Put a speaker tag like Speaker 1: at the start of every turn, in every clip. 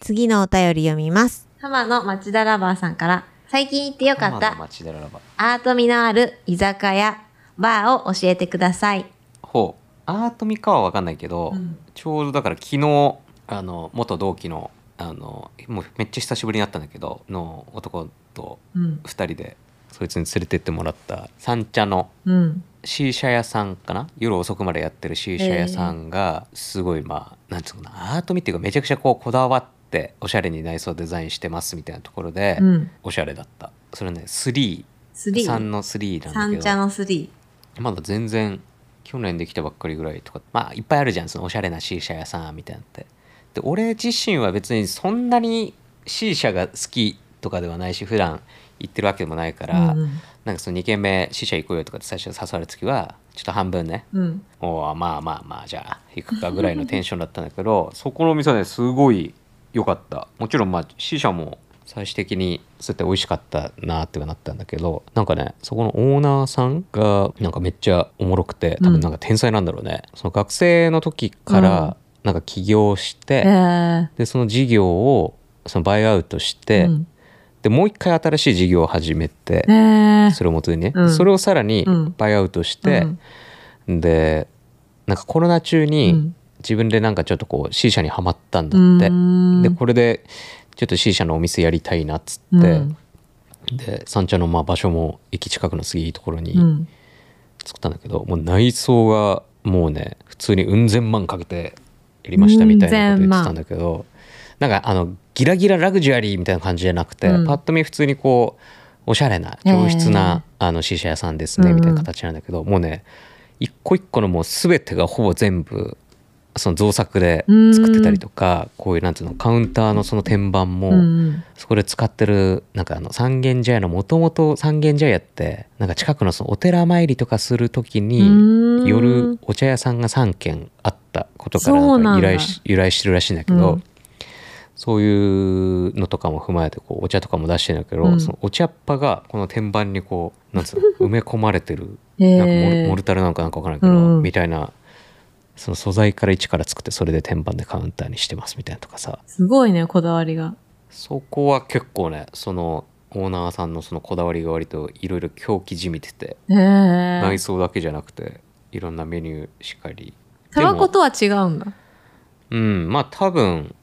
Speaker 1: 次のお便り読みます。
Speaker 2: 浜野町田ラバーさんから、最近行ってよかっ
Speaker 3: 浜の
Speaker 2: た、
Speaker 3: 町田ラバ。
Speaker 2: アート味のある居酒屋、バーを教えてください。
Speaker 3: ほう。アートミカはわかんないけど、ちょうどだから昨日あの元同期のあのもうめっちゃ久しぶりに会ったんだけどの男と
Speaker 2: うん、
Speaker 3: 2人でそいつに連れてってもらった三茶の
Speaker 2: うん、
Speaker 3: シーシャ屋さんかな夜遅くまでやってるシーシャ屋さんがすごいまあなんつうのかなアート見っていうかめちゃくちゃこうこだわっておしゃれに内装デザインしてますみたいなところで、
Speaker 2: うん。
Speaker 3: おしゃれだったそれね3
Speaker 2: 3。
Speaker 3: 3の3なんだ
Speaker 2: 三
Speaker 3: け
Speaker 2: 茶
Speaker 3: ど
Speaker 2: の3。
Speaker 3: まだ全然去年できたばっかりぐらいとかまあいっぱいあるじゃんそのおしゃれなシーシャ屋さんみたいなのってで俺自身は別にそんなにシーシャが好きとかではないし普段行ってるわけでもないから、
Speaker 2: うん
Speaker 3: なんかその2軒目死者行こうよとかって最初誘われた時はちょっと半分ね
Speaker 2: うん、
Speaker 3: おーまあまあまあじゃあ行くかぐらいのテンションだったんだけど そこのお店はねすごい良かったもちろんまあ死者も最終的にそうやって美味しかったなってはなったんだけどなんかねそこのオーナーさんがなんかめっちゃおもろくて多分なんか天才なんだろうね、その学生の時からなんか起業して、
Speaker 2: え
Speaker 3: でその事業をそのバイアウトして、
Speaker 2: うん
Speaker 3: でもう一回新しい事業を始めて、
Speaker 2: ー、え
Speaker 3: それを元にね、
Speaker 2: うん
Speaker 3: それをさらに
Speaker 2: うん
Speaker 3: バイアウトして、でなんかコロナ中
Speaker 2: う
Speaker 3: に
Speaker 2: ん
Speaker 3: 自分でなんかちょっとこう C 社にはまったんだって、
Speaker 2: ー、
Speaker 3: で
Speaker 2: で
Speaker 3: これでちょっと C 社のお店やりたいなっつって、
Speaker 2: うん
Speaker 3: で三茶のまあ場所も駅近くのすげえいいところ
Speaker 2: う
Speaker 3: に
Speaker 2: ん、
Speaker 3: 作ったんだけど、もう内装がもうね普通にうん千万かけてやりましたみたいなこと言ってたんだけどなんかあのギラギララグジュアリーみたいな感じじゃなくて、
Speaker 2: うん
Speaker 3: パッと見普通にこうおしゃれな上質な、あの C 社屋さんですねみたいな形なんだけど、もうね一個一個のもう全てがほぼ全部その造作で作ってたりとか、こういうなんていうのカウンターのその天板も、
Speaker 2: うん
Speaker 3: そこで使ってるなんかあの三軒茶屋のもともと三軒茶屋ってなんか近くのそのお寺参りとかするとき
Speaker 2: う
Speaker 3: に
Speaker 2: ん、
Speaker 3: 夜お茶屋さんが3軒あったことから
Speaker 2: そう
Speaker 3: な
Speaker 2: なんん
Speaker 3: か
Speaker 2: だ
Speaker 3: 由来し由来してるらしいんだけど、
Speaker 2: うん
Speaker 3: そういうのとかも踏まえてこうお茶とかも出してるんだけど、
Speaker 2: うん
Speaker 3: そのお茶っ葉がこの天板にこうなんつうの埋め込まれてる
Speaker 2: へー
Speaker 3: なんかモルモルタルなんかなんかわからないけど、
Speaker 2: うん
Speaker 3: みたいなその素材から一から作ってそれで天板でカウンターにしてますみたいなとかさ
Speaker 2: すごいね、こだわりが。
Speaker 3: そこは結構ねそのオーナーさんのそのこだわりが割といろいろ狂気じみてて、
Speaker 2: へえ
Speaker 3: 内装だけじゃなくていろんなメニューしかり
Speaker 2: タバコ
Speaker 3: でも
Speaker 2: とは違うんだ。
Speaker 3: うんまあ多分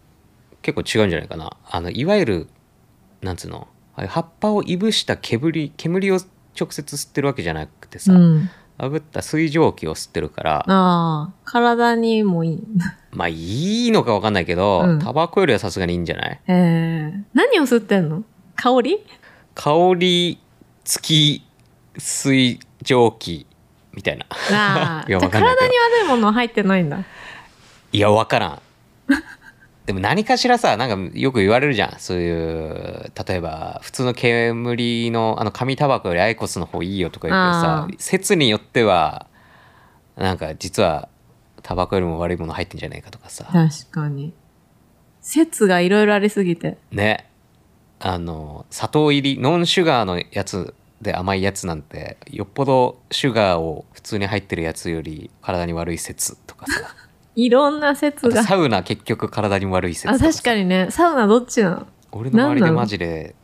Speaker 3: 結構違うんじゃないかなあのいわゆるなんつうのああいう葉っぱをいぶした煙煙を直接吸ってるわけじゃなくてさ、
Speaker 2: うん、
Speaker 3: 炙った水蒸気を吸ってるか
Speaker 2: あ
Speaker 3: ら
Speaker 2: あ、体にもいい。
Speaker 3: まあいいのか分かんないけど、
Speaker 2: うん
Speaker 3: タバコよりはさすがにいいんじゃない
Speaker 2: へえ何を吸ってんの香り
Speaker 3: 香り付き水蒸気みたいな
Speaker 2: ああ、
Speaker 3: い
Speaker 2: じ
Speaker 3: や
Speaker 2: ゃ
Speaker 3: わ
Speaker 2: あ
Speaker 3: かんないけ
Speaker 2: 体
Speaker 3: ど
Speaker 2: に悪いものは入ってないんだ。
Speaker 3: いや分からん でも何かしらさなんかよく言われるじゃんそういう例えば普通の煙のあの紙タバコよりアイコスの方いいよとか言ってさ
Speaker 2: あー
Speaker 3: 説によってはなんか実はタバコよりも悪いもの入ってんじゃないかとかさ、
Speaker 2: 確かに。説がいろいろありすぎて。
Speaker 3: ねあの砂糖入りノンシュガーのやつで甘いやつなんてよっぽどシュガーを普通に入ってるやつより体に悪い説とか さ
Speaker 2: いろんな説
Speaker 3: あと
Speaker 2: が。
Speaker 3: サウナ結局体に悪い説
Speaker 2: あ、
Speaker 3: と
Speaker 2: 確かにね。サウナどっちなの
Speaker 3: 俺の周
Speaker 2: なん
Speaker 3: り
Speaker 2: な
Speaker 3: で
Speaker 2: の
Speaker 3: マジで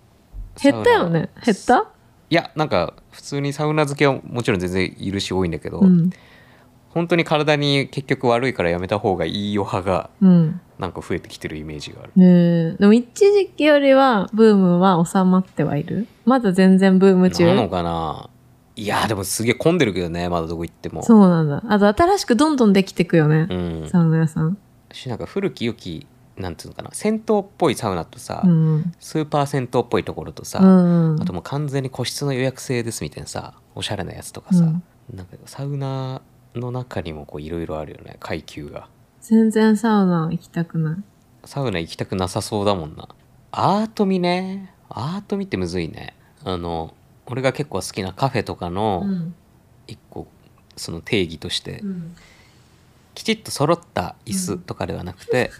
Speaker 2: 減ったよね。減った
Speaker 3: いやなんか普通にサウナ漬けはもちろん全然いるし多いんだけど、
Speaker 2: うん。
Speaker 3: 本当に体に結局悪いからやめた方がいい余波が
Speaker 2: うん。
Speaker 3: なんか増えてきてるイメージがある
Speaker 2: ねえでも一時期よりはブームは収まってはいるまだ全然ブーム
Speaker 3: なの
Speaker 2: 中
Speaker 3: かないやでもすげえ混んでるけどねまだどこ行っても
Speaker 2: そうなんだあと新しくどんどんできてくよね
Speaker 3: う、ん
Speaker 2: サウナ屋さん
Speaker 3: しなんか古き良きなんていうのかな銭湯っぽいサウナとさ、
Speaker 2: うん
Speaker 3: スーパー銭湯っぽいところとさ、
Speaker 2: うん
Speaker 3: あともう完全に個室の予約制ですみたいなさおしゃれなやつとかさ、
Speaker 2: うん
Speaker 3: なんかサウナの中にもこういろいろあるよね階級が
Speaker 2: 全然サウナ行きたくない
Speaker 3: サウナ行きたくなさそうだもんなアート見ねアート見ってむずいねあの俺が結構好きなカフェとか
Speaker 2: う
Speaker 3: の
Speaker 2: ん
Speaker 3: 一個その定義として、
Speaker 2: うん
Speaker 3: きちっと揃った椅子とかではなく て、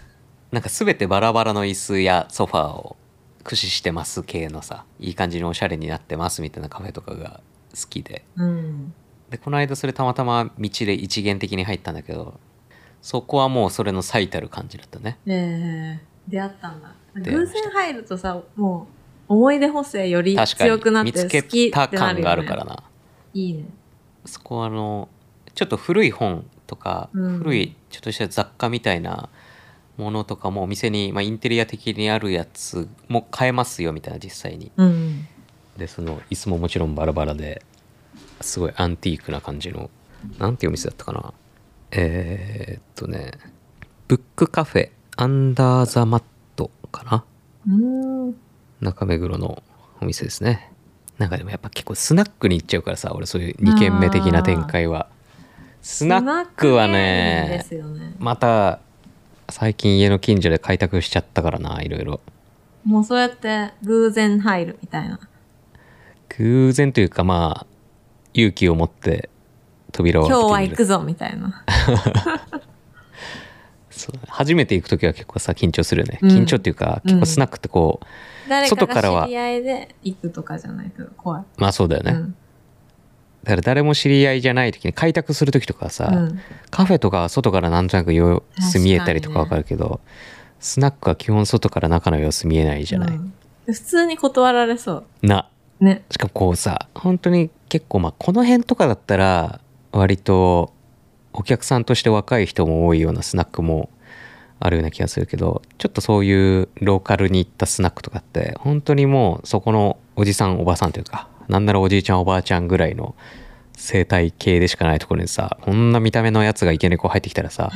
Speaker 3: なんか全てバラバラの椅子やソファーを駆使してます系のさいい感じにおしゃれになってますみたいなカフェとかが好きで
Speaker 2: うん
Speaker 3: でこの間それたまたま道で一元的に入ったんだけどそこはもうそれの最たる感じだったね
Speaker 2: ええ出会ったんだ。
Speaker 3: 出会い
Speaker 2: 偶
Speaker 3: ました
Speaker 2: 然入るとさ、もう思い出補正より
Speaker 3: 確か
Speaker 2: 強くなっ
Speaker 3: に
Speaker 2: て
Speaker 3: 見つ
Speaker 2: 好
Speaker 3: け
Speaker 2: き
Speaker 3: た
Speaker 2: ってなる
Speaker 3: 感
Speaker 2: よ、ね、
Speaker 3: があるから。な。
Speaker 2: いいね。
Speaker 3: そこはあのちょっと古い本とか、
Speaker 2: うん
Speaker 3: 古いちょっとした雑貨みたいなものとかもお店に、まあ、インテリア的にあるやつも買えますよみたいな実際に
Speaker 2: うん。
Speaker 3: でその椅子ももちろんバラバラですごいアンティークな感じのなんていうお店だったかなえー、っとねブックカフェアンダーザマットかな
Speaker 2: うん。
Speaker 3: 中目黒のお店ですねなんかでもやっぱ結構スナックに行っちゃうからさ俺そういう2軒目的な展開はスナック
Speaker 2: ス
Speaker 3: は
Speaker 2: ナックいいで
Speaker 3: ね
Speaker 2: すよね。
Speaker 3: また最近家の近所で開拓しちゃったからないろいろ
Speaker 2: もうそうやって偶然入るみたいな。
Speaker 3: 偶然というかまあ勇気を持って扉を
Speaker 2: 今
Speaker 3: 開
Speaker 2: 日
Speaker 3: けてみる
Speaker 2: は行くぞみたいな。
Speaker 3: そう初めて行く時は結構さ緊張するよね、
Speaker 2: うん
Speaker 3: 緊張っていうか結構スナックってこう、
Speaker 2: 誰か
Speaker 3: 外から
Speaker 2: が
Speaker 3: は
Speaker 2: 知り合いで行くとかじゃないと怖い。
Speaker 3: まあそうだよね、
Speaker 2: うん
Speaker 3: だから誰も知り合いじゃない時に開拓する時とかはさ、
Speaker 2: うん
Speaker 3: カフェとかは外からなんとなく様子見えたりとかわかるけど、スナックは基本外から中の様子見えないじゃない、
Speaker 2: うん普通に断られそ
Speaker 3: な
Speaker 2: う。ね。
Speaker 3: しかもこうさ本当に結構まあこの辺とかだったら割とお客さんとして若い人も多いようなスナックもあるような気がするけどちょっとそういうローカルに行ったスナックとかって本当にもうそこのおじさんおばさんというかなんならおじいちゃんおばあちゃんぐらいの生態系でしかないところにさこんな見た目のやつがいきなりこう入ってきたらさ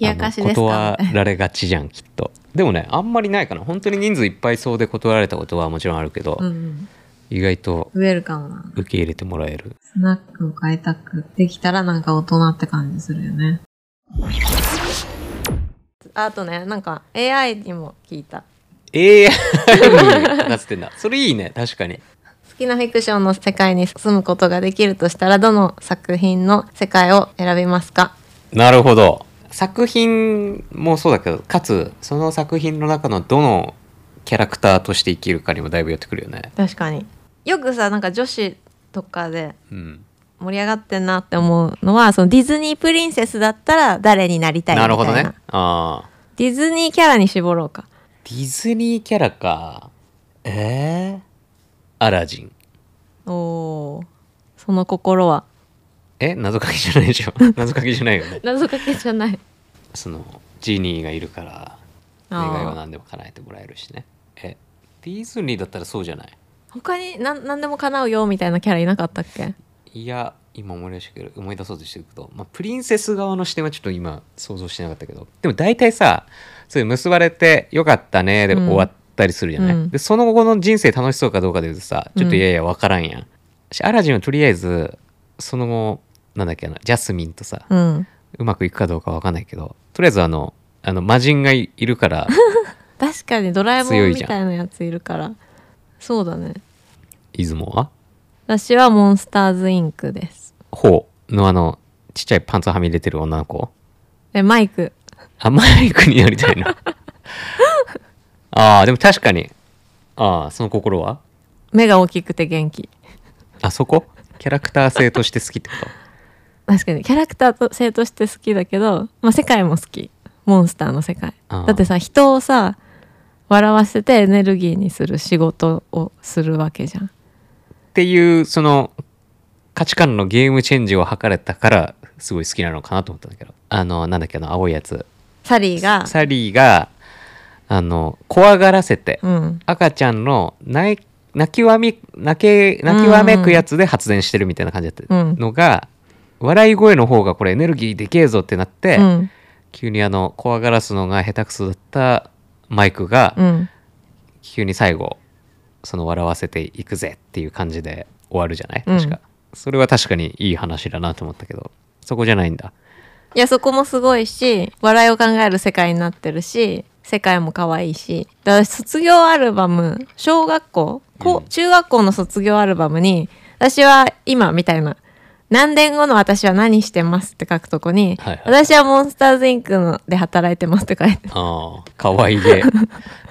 Speaker 2: 冷 やかしです
Speaker 3: あの
Speaker 2: かみたい
Speaker 3: 断
Speaker 2: な。
Speaker 3: られがちじゃんきっとでもねあんまりないかな本当に人数いっぱいそうで断られたことはもちろんあるけど、
Speaker 2: うんうん。
Speaker 3: 意外と
Speaker 2: ウェルカムな。
Speaker 3: 受け入れてもらえる
Speaker 2: スナックを開拓できたらなんか大人って感じするよね。あとね、なんか AI にも聞いた。
Speaker 3: ええ なってんだそれいいね確かに
Speaker 2: 好きなフィクションの世界に住むことができるとしたらどの作品の世界を選びますか
Speaker 3: なるほど作品もそうだけどかつその作品の中のどのキャラクターとして生きるかにもだいぶ寄ってくるよね
Speaker 2: 確かによくさなんか女子とかで
Speaker 3: うん
Speaker 2: 盛り上がってんなって思うのはそのディズニープリンセスだったら誰になりたいみた
Speaker 3: な
Speaker 2: な
Speaker 3: いるほどねああ
Speaker 2: ディズニーキャラに絞ろうか
Speaker 3: ディズニーキャラかえー、アラジン
Speaker 2: おーその心は
Speaker 3: え謎かけじゃないで しょ謎かけじゃないよね
Speaker 2: 謎かけじゃない
Speaker 3: そのジーニーがいるから願いは何でも叶えてもらえるしねえディズニーだったらそうじゃない
Speaker 2: 他に何何でも叶うよみたいなキャラいなかったっけ
Speaker 3: いや今思い出してくる思い出そうとしてるけど、まあ、プリンセス側の視点はちょっと今想像してなかったけどでも大体さそういう結ばれてよかったねで
Speaker 2: うん
Speaker 3: 終わったりするじゃない、
Speaker 2: うん
Speaker 3: でその後の人生楽しそうかどうかで言うとさちょっと
Speaker 2: うん
Speaker 3: いやいや分からんやん、しアラジンはとりあえずその後なんだっけなジャスミンとさ
Speaker 2: うん
Speaker 3: うまくいくかどうか分かんないけどとりあえずあのあの魔人がいいるから
Speaker 2: 確かにドラえも
Speaker 3: 強
Speaker 2: ん
Speaker 3: い
Speaker 2: み
Speaker 3: じゃん
Speaker 2: たいなやついるからそうだね
Speaker 3: 出雲は
Speaker 2: 私はモンスターズインクです
Speaker 3: ほうのあのちっちゃいパンツはみ出てる女の子
Speaker 2: でマイク
Speaker 3: 甘い国になりたいな ああでも確かにああその心は
Speaker 2: 目が大きくて元気
Speaker 3: あそこキャラクター性として好きってこ
Speaker 2: 確かにキャラクターと性として好きだけど、まあ、世界も好きモンスターの世界
Speaker 3: あー
Speaker 2: だってさ人をさ笑わせてエネルギーにする仕事をするわけじゃん
Speaker 3: とっていうその価値観のゲームチェンジを図れたからすごい好きなのかなと思ったんだけどあのなんだっけあの青いやつ
Speaker 2: サリーが
Speaker 3: サリーがあの怖がらせて、
Speaker 2: うん
Speaker 3: 赤ちゃんの泣い泣きわみ泣け泣きわめくやつで発電してるみたいな感じだった
Speaker 2: うん
Speaker 3: のが、笑い声の方がこれエネルギーでけえぞってなって、
Speaker 2: うん
Speaker 3: 急にあの怖がらすのが下手くそだったマイクが
Speaker 2: うん
Speaker 3: 急に最後その笑わせていくぜっていう感じで終わるじゃない
Speaker 2: うん
Speaker 3: 確か、それは確かにいい話だなと思ったけどそこじゃないんだ
Speaker 2: いやそこもすごいし笑いを考える世界になってるし世界も可愛いしだから卒業アルバム小学校、こ
Speaker 3: うん
Speaker 2: 中学校の卒業アルバムに私は今みたいな何年後の私は何してますって書くとこに、
Speaker 3: はいはいは
Speaker 2: 私はモンスターズインクので働いてますって書いて
Speaker 3: ああかわ いげ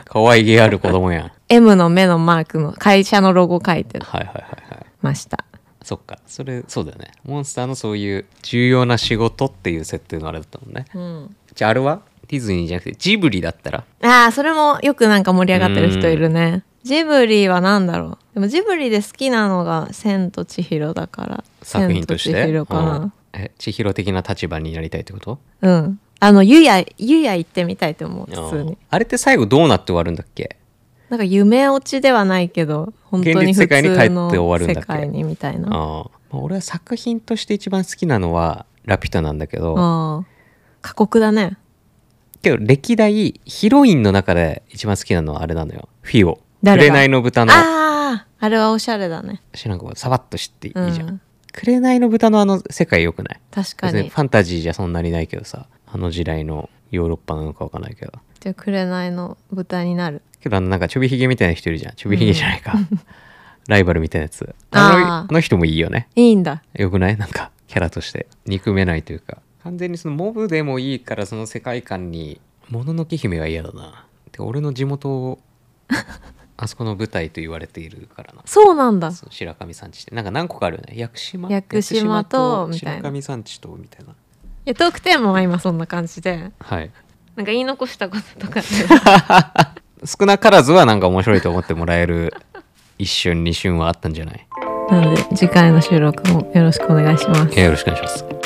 Speaker 3: かわいげある子供やんはい
Speaker 2: M の目のマークの会社のロゴ書いて
Speaker 3: はいはいはい
Speaker 2: ました
Speaker 3: そっかそれそうだよねモンスターのそういう重要な仕事っていう設定のあれだったもんね
Speaker 2: うん
Speaker 3: じゃああれはディズニーじゃなくてジブリだったら
Speaker 2: ああそれもよくなんか盛り上がってる人いるねジブリは何だろうでもジブリで好きなのが「千と千尋」だから
Speaker 3: 作品として
Speaker 2: 千千尋か
Speaker 3: うん
Speaker 2: な
Speaker 3: え千尋的な立場になりたいってこと
Speaker 2: うん、あのゆやゆや行ってみたいと思う普通
Speaker 3: あー
Speaker 2: に
Speaker 3: あれって最後どうなって終わるんだっけ
Speaker 2: なんか夢落ちではないけど本当に
Speaker 3: 現実
Speaker 2: 普
Speaker 3: 世界に帰
Speaker 2: 通
Speaker 3: って
Speaker 2: の
Speaker 3: 終わるんだ
Speaker 2: 世
Speaker 3: っけ
Speaker 2: 界にみたい
Speaker 3: あ
Speaker 2: な
Speaker 3: ーまあ俺は作品として一番好きなのは「ラピュタ」なんだけど、
Speaker 2: あー過酷だね
Speaker 3: けど歴代ヒロインの中で一番好きなのはあれなのよフィオ
Speaker 2: 誰が
Speaker 3: 紅の豚の
Speaker 2: あああれはおしゃれだね
Speaker 3: 知らんかさばっと知っていいじゃ
Speaker 2: うんん
Speaker 3: 「紅の豚」のあの世界よくない
Speaker 2: 確か
Speaker 3: 別に
Speaker 2: に
Speaker 3: ファンタジーじゃそんなにないけどさあの時代のヨーロッパなのかわかんないけど
Speaker 2: じゃあ紅の豚になる
Speaker 3: けどあのなんかちょびひげみたいな人いるじゃんちょびひげじ ゃないか、ライバルみたいなやつあの
Speaker 2: あー
Speaker 3: あの人もいいよね
Speaker 2: いいんだ
Speaker 3: よくないなんかキャラとして憎めないというか完全にそのモブでもいいからその世界観に「もののけ姫」は嫌だなで俺の地 元をあそこの舞台と言われているからな
Speaker 2: そうなんだ
Speaker 3: そう白神山地ってなんか何個かあるよね屋久島
Speaker 2: 屋久島と
Speaker 3: 屋
Speaker 2: み
Speaker 3: 久島
Speaker 2: たいな
Speaker 3: 白神山地とみたいない
Speaker 2: やトークテーマは今そんな感じで
Speaker 3: はい
Speaker 2: なんか言い残したこと とか
Speaker 3: 少なからずはなんか面白いと思ってもらえる 一瞬二瞬はあったんじゃない
Speaker 2: なので次回の収録もよろしくお願いします
Speaker 3: いやよろしくお願いします